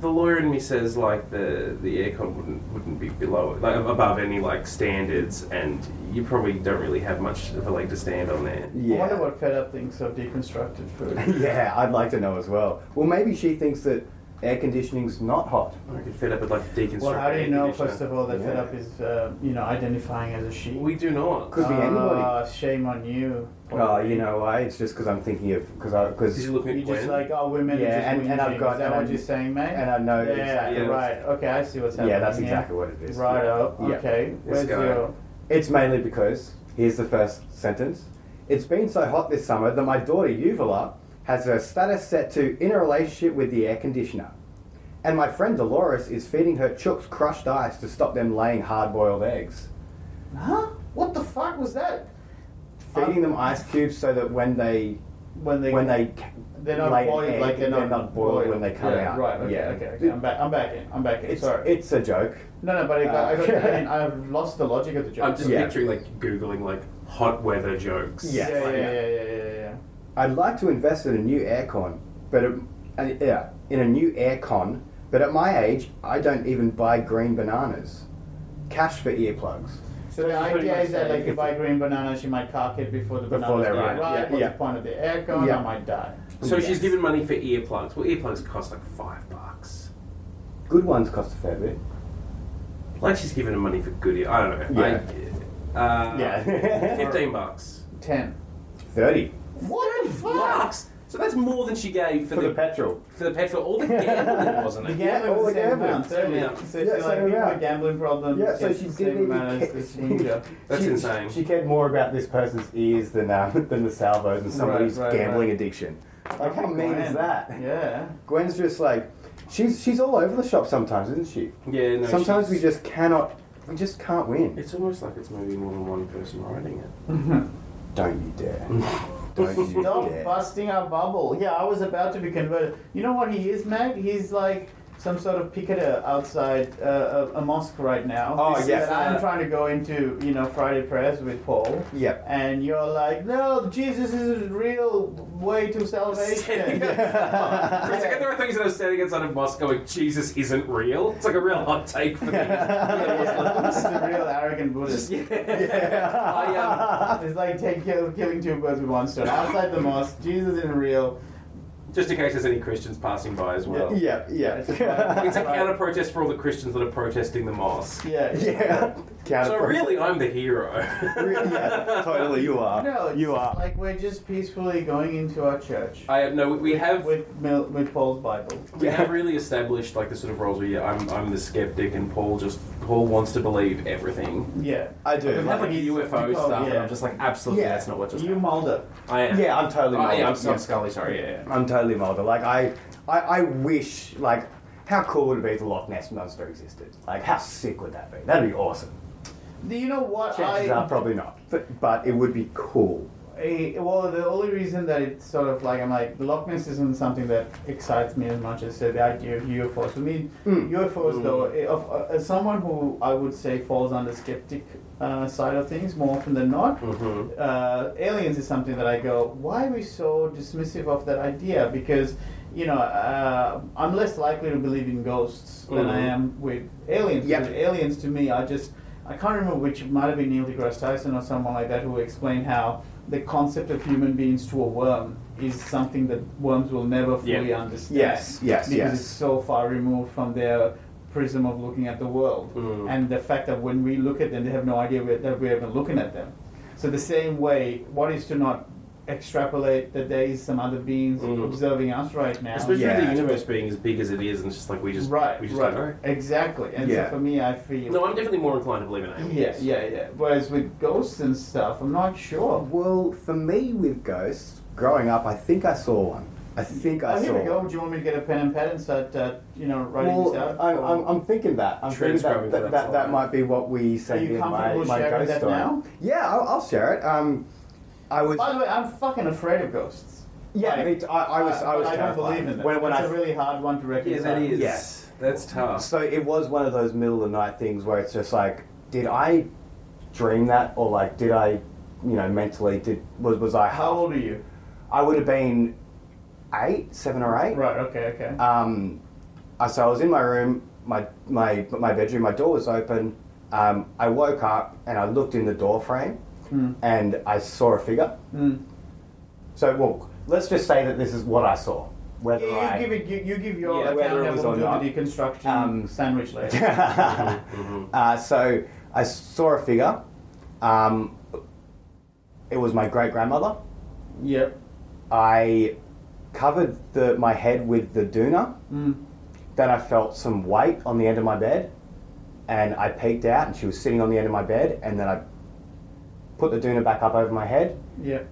the lawyer in me says like the the aircon wouldn't wouldn't be below like above any like standards, and you probably don't really have much of a leg to stand on there. yeah. I wonder what Fed Up thinks of deconstructed food. (laughs) yeah, I'd like to know as well. Well, maybe she thinks that air conditioning's not hot. I get fed up with like deconstructing. well, how do you air know, conditioner. first of all, that Fed Yeah. Up is uh, you know identifying as a sheep? We do not. Could be anybody. Ah, shame on you. Oh, you know why? It's just because I'm thinking of because I Did because you look at You just Gwen? like, oh, women Yeah, are just and- whinging. and I've got- Is that and what I- you're saying, mate? and I know yeah, exactly yeah, what's- right. Okay, I see what's happening. yeah, that's here. exactly what it is. Right. Oh, Yeah. okay. This Where's guy. your? It's mainly because here's the first sentence. It's been so hot this summer that my daughter Uvala has her status set to in a relationship with the air conditioner. And my friend Dolores is feeding her chooks crushed ice to stop them laying hard boiled eggs. Huh? What the fuck was that? Feeding them ice cubes so that when they When Uh, they when they c- they're not lay an boiled, egg, like they're not boiled boiled. when they come Yeah, out. right, okay, okay, okay. I'm back. I'm back in. I'm back in. It's, Sorry. it's a joke. no, no, but I, got, I, got, Uh, (laughs) I mean, I've lost the logic of the joke. I'm just Yeah. picturing like googling like hot weather jokes. Yeah. yeah, yeah, like- yeah, yeah, yeah, yeah, yeah. I'd like to invest in a new aircon, but it, uh, yeah, in a new aircon. But at my age, I don't even buy green bananas. Cash for earplugs. So the Pretty idea much is that that like if if I green banana, she might cock it before the Before banana they're ripe, yeah, What's yeah. the point of the aircon? Yeah. I might die. So Yes. she's given money for earplugs. Well, earplugs cost like five bucks. Good ones cost a fair bit. Like she's given her money for good ear. I don't know. Yeah. I, uh, Yeah. (laughs) Fifteen bucks. Ten. (laughs) Thirty What the fuck? Bucks. So that's more than she gave for, for the, the petrol. for the petrol. All the gambling wasn't (laughs) The it? Yeah, gambling all was the the same gambling. amount, Same totally. amount. So, Yeah, so like same people amount. with gambling problems. Yeah, so it's she the didn't same even amount as get- this ninja. That's she, insane. She cared more about this person's ears than um, (laughs) than the salvos and somebody's Right, right, gambling right. addiction. (laughs) Like how mean is Gwen. that? Yeah. Gwen's just like, she's she's all over the shop sometimes, isn't she? Yeah. No, sometimes we she's- just cannot, we just can't win. It's almost like it's maybe more than one person writing (laughs) it. Don't you dare! Don't you Stop dare! busting our bubble. Yeah, I was about to be converted. You know what he is, Mag? He's like some sort of picketer outside uh, a, a mosque right now. Oh, This yes. is- I'm Uh, trying to go into, you know, Friday prayers with Paul. Yep. And you're like, no, Jesus is the real way to salvation. (laughs) (laughs) Standing (laughs) outside. For a second, there were things that I was standing outside of Moscow going, Jesus isn't real. It's like a real hot take (laughs) for me. This is the real arrogant Buddhist. I, um, (laughs) It's like take kill, killing two birds with one stone. Outside the mosque, Jesus isn't real. just in case there's any Christians passing by as well. Yeah, yeah. (laughs) It's a counter protest for all the Christians that are protesting the mosque. Yeah. yeah. So really, I'm the hero. Really, yeah, totally, you are. No, it's you are. like we're just peacefully going into our church. (laughs) I have no. We have with Mil- with Paul's Bible. we have really established like the sort of roles where yeah, I'm I'm the skeptic and Paul just Paul wants to believe everything. Yeah. I do. We have like Like, UFO he's- stuff, and yeah. I'm just like absolutely Yeah. that's not what just You happened. Mulder. I am. yeah, I'm totally. Oh, Mulder. yeah, I'm, I'm Scully. Sorry, yeah, yeah. I'm totally Mulder. Like I, I, I wish like. How cool would it be if the Loch Ness Monster existed? Like, how sick would that be? That'd be awesome. Do you know what Chances I? are probably not, but, but it would be cool. eh, well, the only reason that it's sort of like I'm like Loch Ness isn't something that excites me as much as say, the idea of UFOs. For me, UFOs though, eh, of uh, as someone who I would say falls on the skeptic uh, side of things more often than not. Mm-hmm. uh, aliens is something that I go, why are we so dismissive of that idea? Because, you know, uh, I'm less likely to believe in ghosts than I Mhm. am um, with aliens. Yep. Because Aliens to me are just, I can't remember which, it might have been Neil deGrasse Tyson or someone like that who explained how the concept of human beings to a worm is something that worms will never fully Yeah. understand. Yes, yes, Because yes. it's so far removed from their prism of looking at the world Mm. and the fact that when we look at them, they have no idea we're, that we're even looking at them. So the same way, what is to not extrapolate that there is some other beings Mm. observing us right now? Especially Yeah. with the universe being as big as it is, and it's just like we just right, we just right, don't exactly. And Yeah. so for me, I feel know. No, I'm definitely more inclined to believe in aliens. yeah, yeah, yeah. Whereas with ghosts and stuff, I'm not sure. Well, for me with ghosts, growing up, I think I saw one. I think I oh, saw. here we one. go. Do you want me to get a pen and pad and start, uh, you know, writing Well, this out? I, Or- I'm, I'm thinking that. I'm thinking that Transcribing for that, that that, that slide. might be what we Are sent you in my, comfortable my sharing ghost that story. now? Yeah, I'll, I'll share it. Um, I was. By the way, I'm fucking afraid of ghosts. yeah, like, me too. I, I was. I, was I don't terrified. believe in that. When, when That's I a really hard one to yeah, reconcile. that is. Yes. that's tough. so it was one of those middle of the night things where it's just like, did I dream that, or like, did I, you know, mentally did was was I? How old are you? I would have been eight, seven or eight. Right. Okay. Okay. Um, I- so I was in my room, my my my bedroom. My door was open. Um, I woke up and I looked in the door frame, Mm. and I saw a figure. Mm. So, well, let's just say that this is what I saw. Whether Yeah, I you give it. You, you give your Yeah, whether account, it and was we'll or do not. the deconstruction Um, sandwich (laughs) later. Mhm. (laughs) uh, so I saw a figure. Um, it was my great grandmother. yep. I covered the, my head with the doona. Mm. Then I felt some weight on the end of my bed, and I peeked out, and she was sitting on the end of my bed, and then I put the doona back up over my head, Yeah.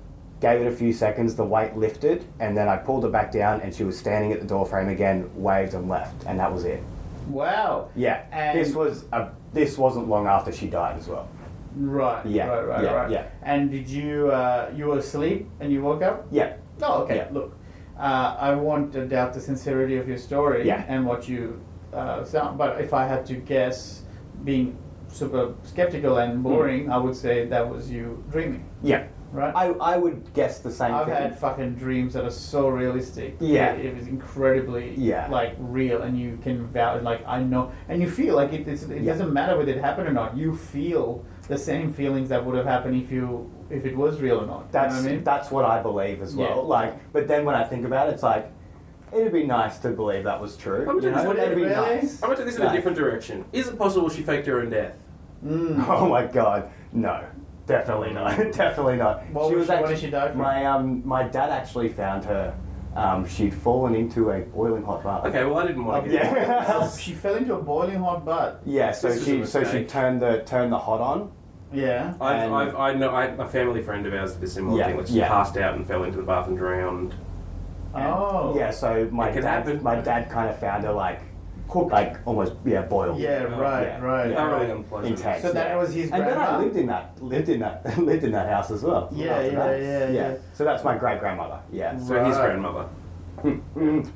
gave it a few seconds, the weight lifted, and then I pulled it back down, and she was standing at the door frame again, waved and left, and that was it. Wow. Yeah, And- this was a, this wasn't long after she died as well. Right. Yeah, Right. Right. yeah, right. yeah. And did you uh, you were asleep and you woke up? Yeah, Oh, okay. Yeah. Look, uh, I won't doubt the sincerity of your story Yeah. and what you uh, sound. But if I had to guess, being super skeptical and Mm. boring, I would say that was you dreaming, yeah. right? I, I would guess the same I've thing. had fucking dreams that are so realistic. Yeah. it, it is incredibly Yeah. like real, and you can valid like I know, and you feel like it. It's, it Yeah. doesn't matter whether it happened or not. You feel the same feelings that would have happened if you if it was real or not. That's you know what I mean? that's what I believe as well. Yeah. Like, but then when I think about it, it's like it'd be nice to believe that was true. I'm you just- know? would it That'd be really? nice. I'm going to take this in No. a different direction. Is it possible she faked her own death? Mm. (laughs) Oh my god, no. Definitely not. (laughs) Definitely not. What was she- what did she die from? My um, my dad actually found her. Um, she'd fallen into a boiling hot bath. Okay, well, I didn't want to get Um, Yeah. she fell into a boiling hot bath. Yeah. So This is she a so she mistake. turned the turned the hot on. Yeah. (laughs) I've, And- I've, I know I, a family friend of ours did a similar Yeah, thing. Like she yeah. passed out and fell into the bath and drowned. Oh. Yeah. So my It could dad happen. my dad kind of found her like cooked, like almost yeah boiled. Yeah. Right. Oh, Yeah. Right. Yeah. Thoroughly right. unpleasant. Intense. So that was his And then I grandma? lived in that lived in that (laughs) lived in that house as well. Yeah, after yeah, that. yeah, yeah. So that's my great grandmother. Yeah. So his Right. grandmother. Mm,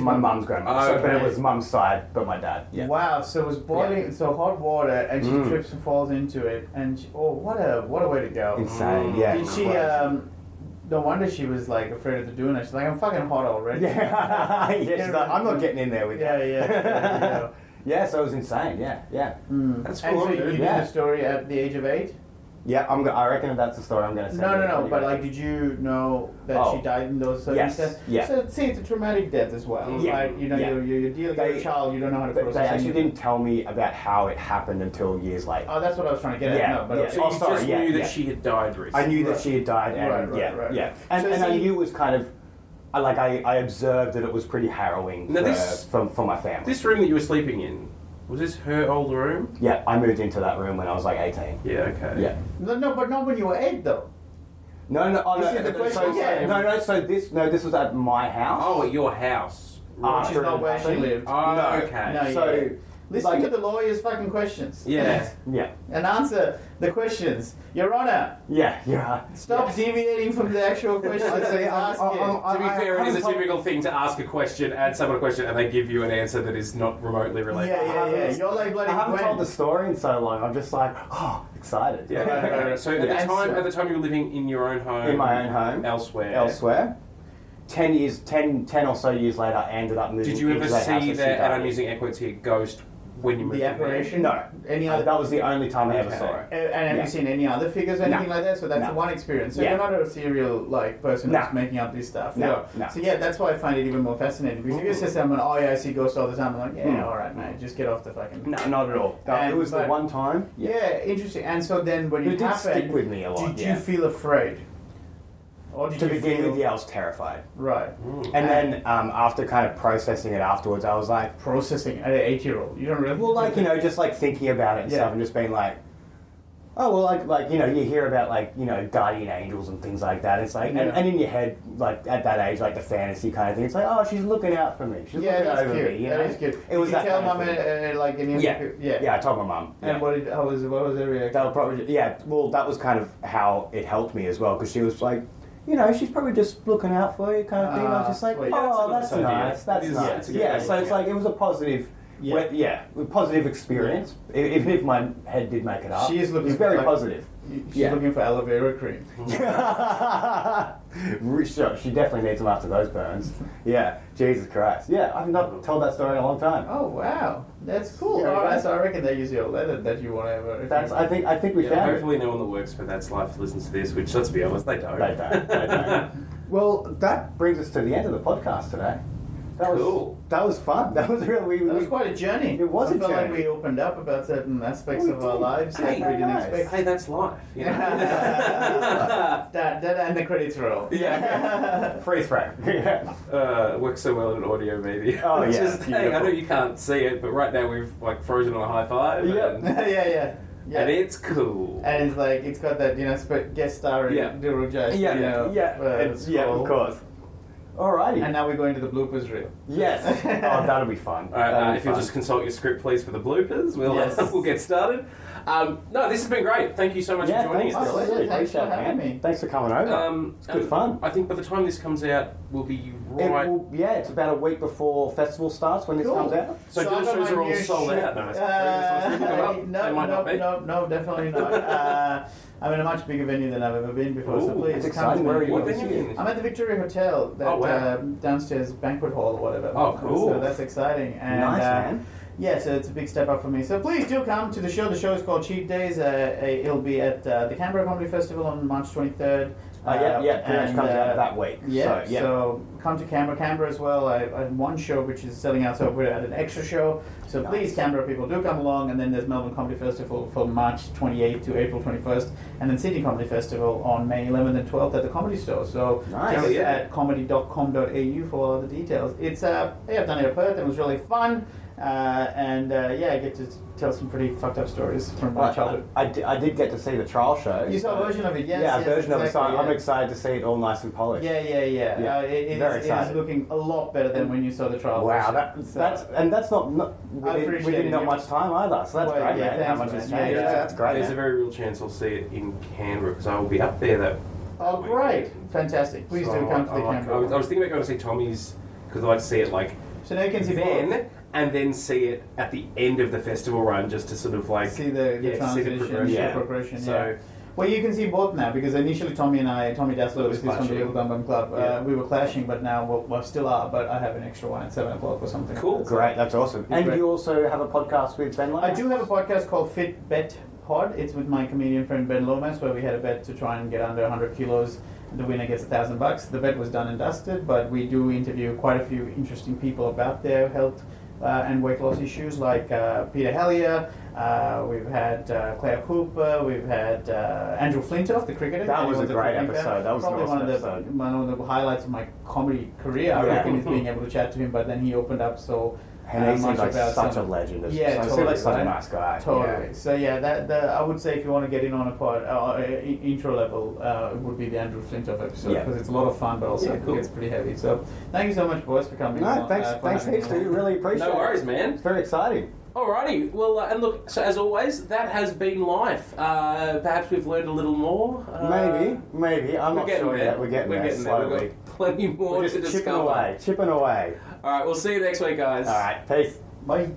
(laughs) my mum- mum's grandmother. Oh, so, but it okay. was mum's side, but my dad. Yeah. Wow. So it was boiling. So hot water, and she Mm. trips and falls into it. And she, oh, what a what a way to go. Insane. Yeah. Did she? crazy. Um, no wonder she was like afraid of the doona. She's like, I'm fucking hot already. (laughs) yeah. yeah. she's like, I'm not getting in there with (laughs) Yeah, you. yeah, yeah, yeah. (laughs) Yeah, So it was insane. Yeah. Yeah. Mm. That's and full so on, you dude. did Yeah. the story at the age of eight. Yeah. I'm. Go- I reckon that's the story I'm gonna say. No, no, no. But like, did you know that she Oh. died in those Yes, circumstances? yeah. So see, it's a traumatic death as well. Yeah, Right? You know, yeah. you're, you're dealing with a They- child. You don't know how to But process. they actually it. didn't tell me about how it happened until years later. Oh, that's what I was trying to get Yeah, at. No, but yeah. So Oh, you sorry, just yeah, knew that yeah. she had died I recently. knew Right. that she had died, and Right, right, yeah, right, yeah. right. And, So and I see- knew it was kind of, I like I, I observed that it was pretty harrowing Now for, this- for, for my family. This room that you were sleeping in, was this her old room? yeah, I moved into that room when I was like eighteen. Yeah, okay. Yeah. No, no, but not when you were eight, though. No, no, oh, This no. is the so- question, yeah. No, no. So this, no, this was at my house. Oh, at your house. Ah, Which is sure. not where she lived. Oh, No, okay. no, so yeah. Listen like- to the lawyer's fucking questions. Yeah. yeah, (laughs) and answer the questions, Your Honor. yeah, yeah. Stop deviating from the (laughs) actual question I'd that say is I'm- asked here. I'm- I'm- to be I- I- fair, it I'm is a prob- typical thing to ask a question, add someone a question, and they give you an answer that is not remotely related. yeah, yeah, yeah. You're like bloody I haven't Gwen. told the story in so long. I'm just like, oh, excited. Yeah, Right, right, right. So at Yeah. the time, So- at the time you were living in your own home, In my own home. (laughs) elsewhere, Elsewhere. Ten years, 10, 10 or so years later, I ended up moving. Did you into ever that house see she that? And died I'm in. using air quotes here, ghost when you moved the in there? apparition? No. Any Uh, other? that was the only time I ever Okay. saw it. Uh, and have Yeah. you seen any other figures or No. anything like that? So that's No. the one experience. So Yeah. you're not a serial like person No. that's making up this stuff. No, no. So yeah, that's why I find it even more fascinating. Because if you say someone, oh yeah, I see ghosts all the time, I'm like, yeah, Mm. all right, mate, just get off the fucking. No, not at all. No, And- it was the but- one time. Yeah. interesting. And so then when It it, did happened, stick with me a lot, Did yeah. you feel afraid? Or did To you begin feel with, yeah, I was terrified. right? Mm. And then um, after kind of processing it afterwards, I was like, processing at an eight-year-old. You don't really well, like, you know, just like thinking about it and Yeah. stuff and just being like, oh, well, like, like, you know, you hear about like, you know, guardian angels and things like that. It's like, Yeah. and, and in your head, like at that age, like the fantasy kind of thing, it's like, oh, she's looking out for me. She's yeah, looking that's over cute. me. You that know? is cute. It was Did that you tell kind of mum thing. uh, uh, like any Yeah. yeah Yeah, I told my mum. And what did how was what was their reaction? That was probably yeah. Well, that was kind of how it helped me as well because she was like, you know, she's probably just looking out for you, kind of thing. Uh, I was Ah, just like, sweet. oh, That's that's, a nice idea. nice, that's It is- yeah, nice. it's a Yeah, good idea, so it's yeah. like it was a positive, Yeah. yeah, yeah a positive experience. e- Even if my head did make it up, She is looking It was very like- positive. She's Yeah. Mm-hmm. looking for aloe vera cream. Mm-hmm. Re- (laughs) sure, she definitely needs them after those burns. Yeah, Jesus Christ. Yeah, I've not told that story in a long time. Oh wow, that's cool. Yeah, All right, right. so I reckon that is your letter that you want to ever. if That's. you- I think. I think we Yeah, found it. hopefully, no one that works for That's Life listens to this, which, let's be honest, they don't. They don't, they (laughs) don't. Well, that brings us to the end of the podcast today. That was Cool. that was fun. That was really we, That was we, quite a journey. It was I a felt journey. like we opened up about certain aspects We of our did. lives that Hey, we didn't nice. expect. (laughs) hey, that's life. You know? (laughs) (laughs) that, that and the credits roll. yeah freeze frame. (laughs) yeah. uh, it works so well in audio media. Oh, (laughs) It's yeah, Just, hey, I know beautiful. you can't see it, but right now we've like frozen on a high five. (laughs) Yeah. and- (laughs) yeah, yeah. Yeah. and it's cool. And it's like it's got that you know sp- guest starring Yeah. Dilruja. Yeah, you know, yeah, uh, it's- yeah, scroll. of course. Alrighty. And now we're going to the bloopers reel. (laughs) yes. oh, that'll be fun. All right, That'll uh, be if you'll fun. just consult your script, please, for the bloopers, we'll, Yes. (laughs) we'll get started. Um, no, this has been great. Thank you so much yeah, for joining thanks, us. us. absolutely. Thanks for Appreciate it, having man. me. Thanks for coming over. Um, it's good um, fun. I think by the time this comes out, we'll be It right. will, yeah, it's about a week before festival starts when this Cool. comes out. So I've those got shows my are all new sold shit. out now, so Uh, if you go up, no, they might no, not be. no, no, definitely (laughs) not. Uh, I'm in a much bigger venue than I've ever been before, so Ooh, please It's come exciting. to Where are me. you? What going? venue are you in? I'm at the Victoria Hotel, that Oh, wow. um, downstairs banquet hall or whatever. Oh, cool. So that's exciting. And, nice, uh, man. Yeah, so it's a big step up for me. So please do come to the show. The show is called Cheap Days. Uh, uh, it'll be at uh, the Canberra Comedy Festival on March 23rd. Uh, yeah, yeah, pretty much and, comes uh, out that week. Yeah, so, yeah. come to Canberra. Canberra as well. I, I had one show which is selling out, so we're at an extra show. So Nice. please, Canberra people, do come along. And then there's Melbourne Comedy Festival from March 28th to April 21st, and then Sydney Comedy Festival on May 11th and 12th at the Comedy Store. So Nice. just Yeah. at comedy.com.au for all the details. It's uh, yeah, I've done it at Perth. It was really fun, uh, and uh, yeah, I get to tell some pretty fucked up stories from my I, childhood. I, di- I did get to see the trial show. You saw a version of it, yes? yeah, a yes, version of it. So exactly, I'm yeah. excited to see it all nice and polished. Yeah, yeah, yeah. Yeah. Uh, it, it, Very is, it is excited. looking a lot better than when you saw the trial. Wow, version. that, So- that's and that's not, not we I didn't, we appreciate didn't it. not much time either. So that's Well, great, yeah, man. How much thanks, man. has Yeah, changed? yeah. that's great. There's a man. very real chance I'll see it in Canberra because I will be up there that. Oh, great! Fantastic. Please so do come to I the like- camera. I was, I was thinking about going to see Tommy's because I like to see it like so now you can see both. then and then see it at the end of the festival run just to sort of like see the, the yeah, see the transition, progression. yeah. Yeah. progression. So- yeah. Well, you can see both now because initially Tommy and I, Tommy Dassler, It was was from the clashing. Little Dum Dum Club. Yeah. Uh, we were clashing, but now we're, we still are. But I have an extra one at seven o'clock or something. Cool. Great, that's awesome. And Great. you also have a podcast with Ben I Lane. do have a podcast called Fit Bet Pod. It's with my comedian friend Ben Lomas, where we had a bet to try and get under 100 kilos. The winner gets a thousand bucks. The bet was done and dusted, but we do interview quite a few interesting people about their health uh, and weight loss issues, like uh, Peter Hellier. Uh, we've had uh, Claire Cooper. We've had uh, Andrew Flintoff, the cricketer. That was a Anyone's great cricketer. episode. That was an probably awesome one of the episode. one of the highlights of my comedy career. I Yeah. (laughs) reckon is being able to chat to him, but then he opened up so And uh, he much seems like about such a some- legend. as- Yeah, so he seems totally, like such right? a nice guy. Totally. Yeah. So yeah, that, that I would say if you want to get in on a pod, uh, uh, in- intro level, uh, it would be the Andrew Flintoff episode Yeah. because it's a lot of fun, but also Yeah, cool. it gets pretty heavy. So thank you so much, boys, for coming. No, on, thanks, uh, for thanks, having heaps, me dude. on. Really appreciate it. No worries, man. It's very exciting. Alrighty, well, uh, and look, so as always, that has been life. Uh, perhaps we've learned a little more. Uh, Maybe, maybe. I'm we're not getting sure there. yet. We're getting there We've slowly. got plenty more We're to just chipping discover. away, chipping away. All right, we'll see you next week, guys. All right, peace. Bye.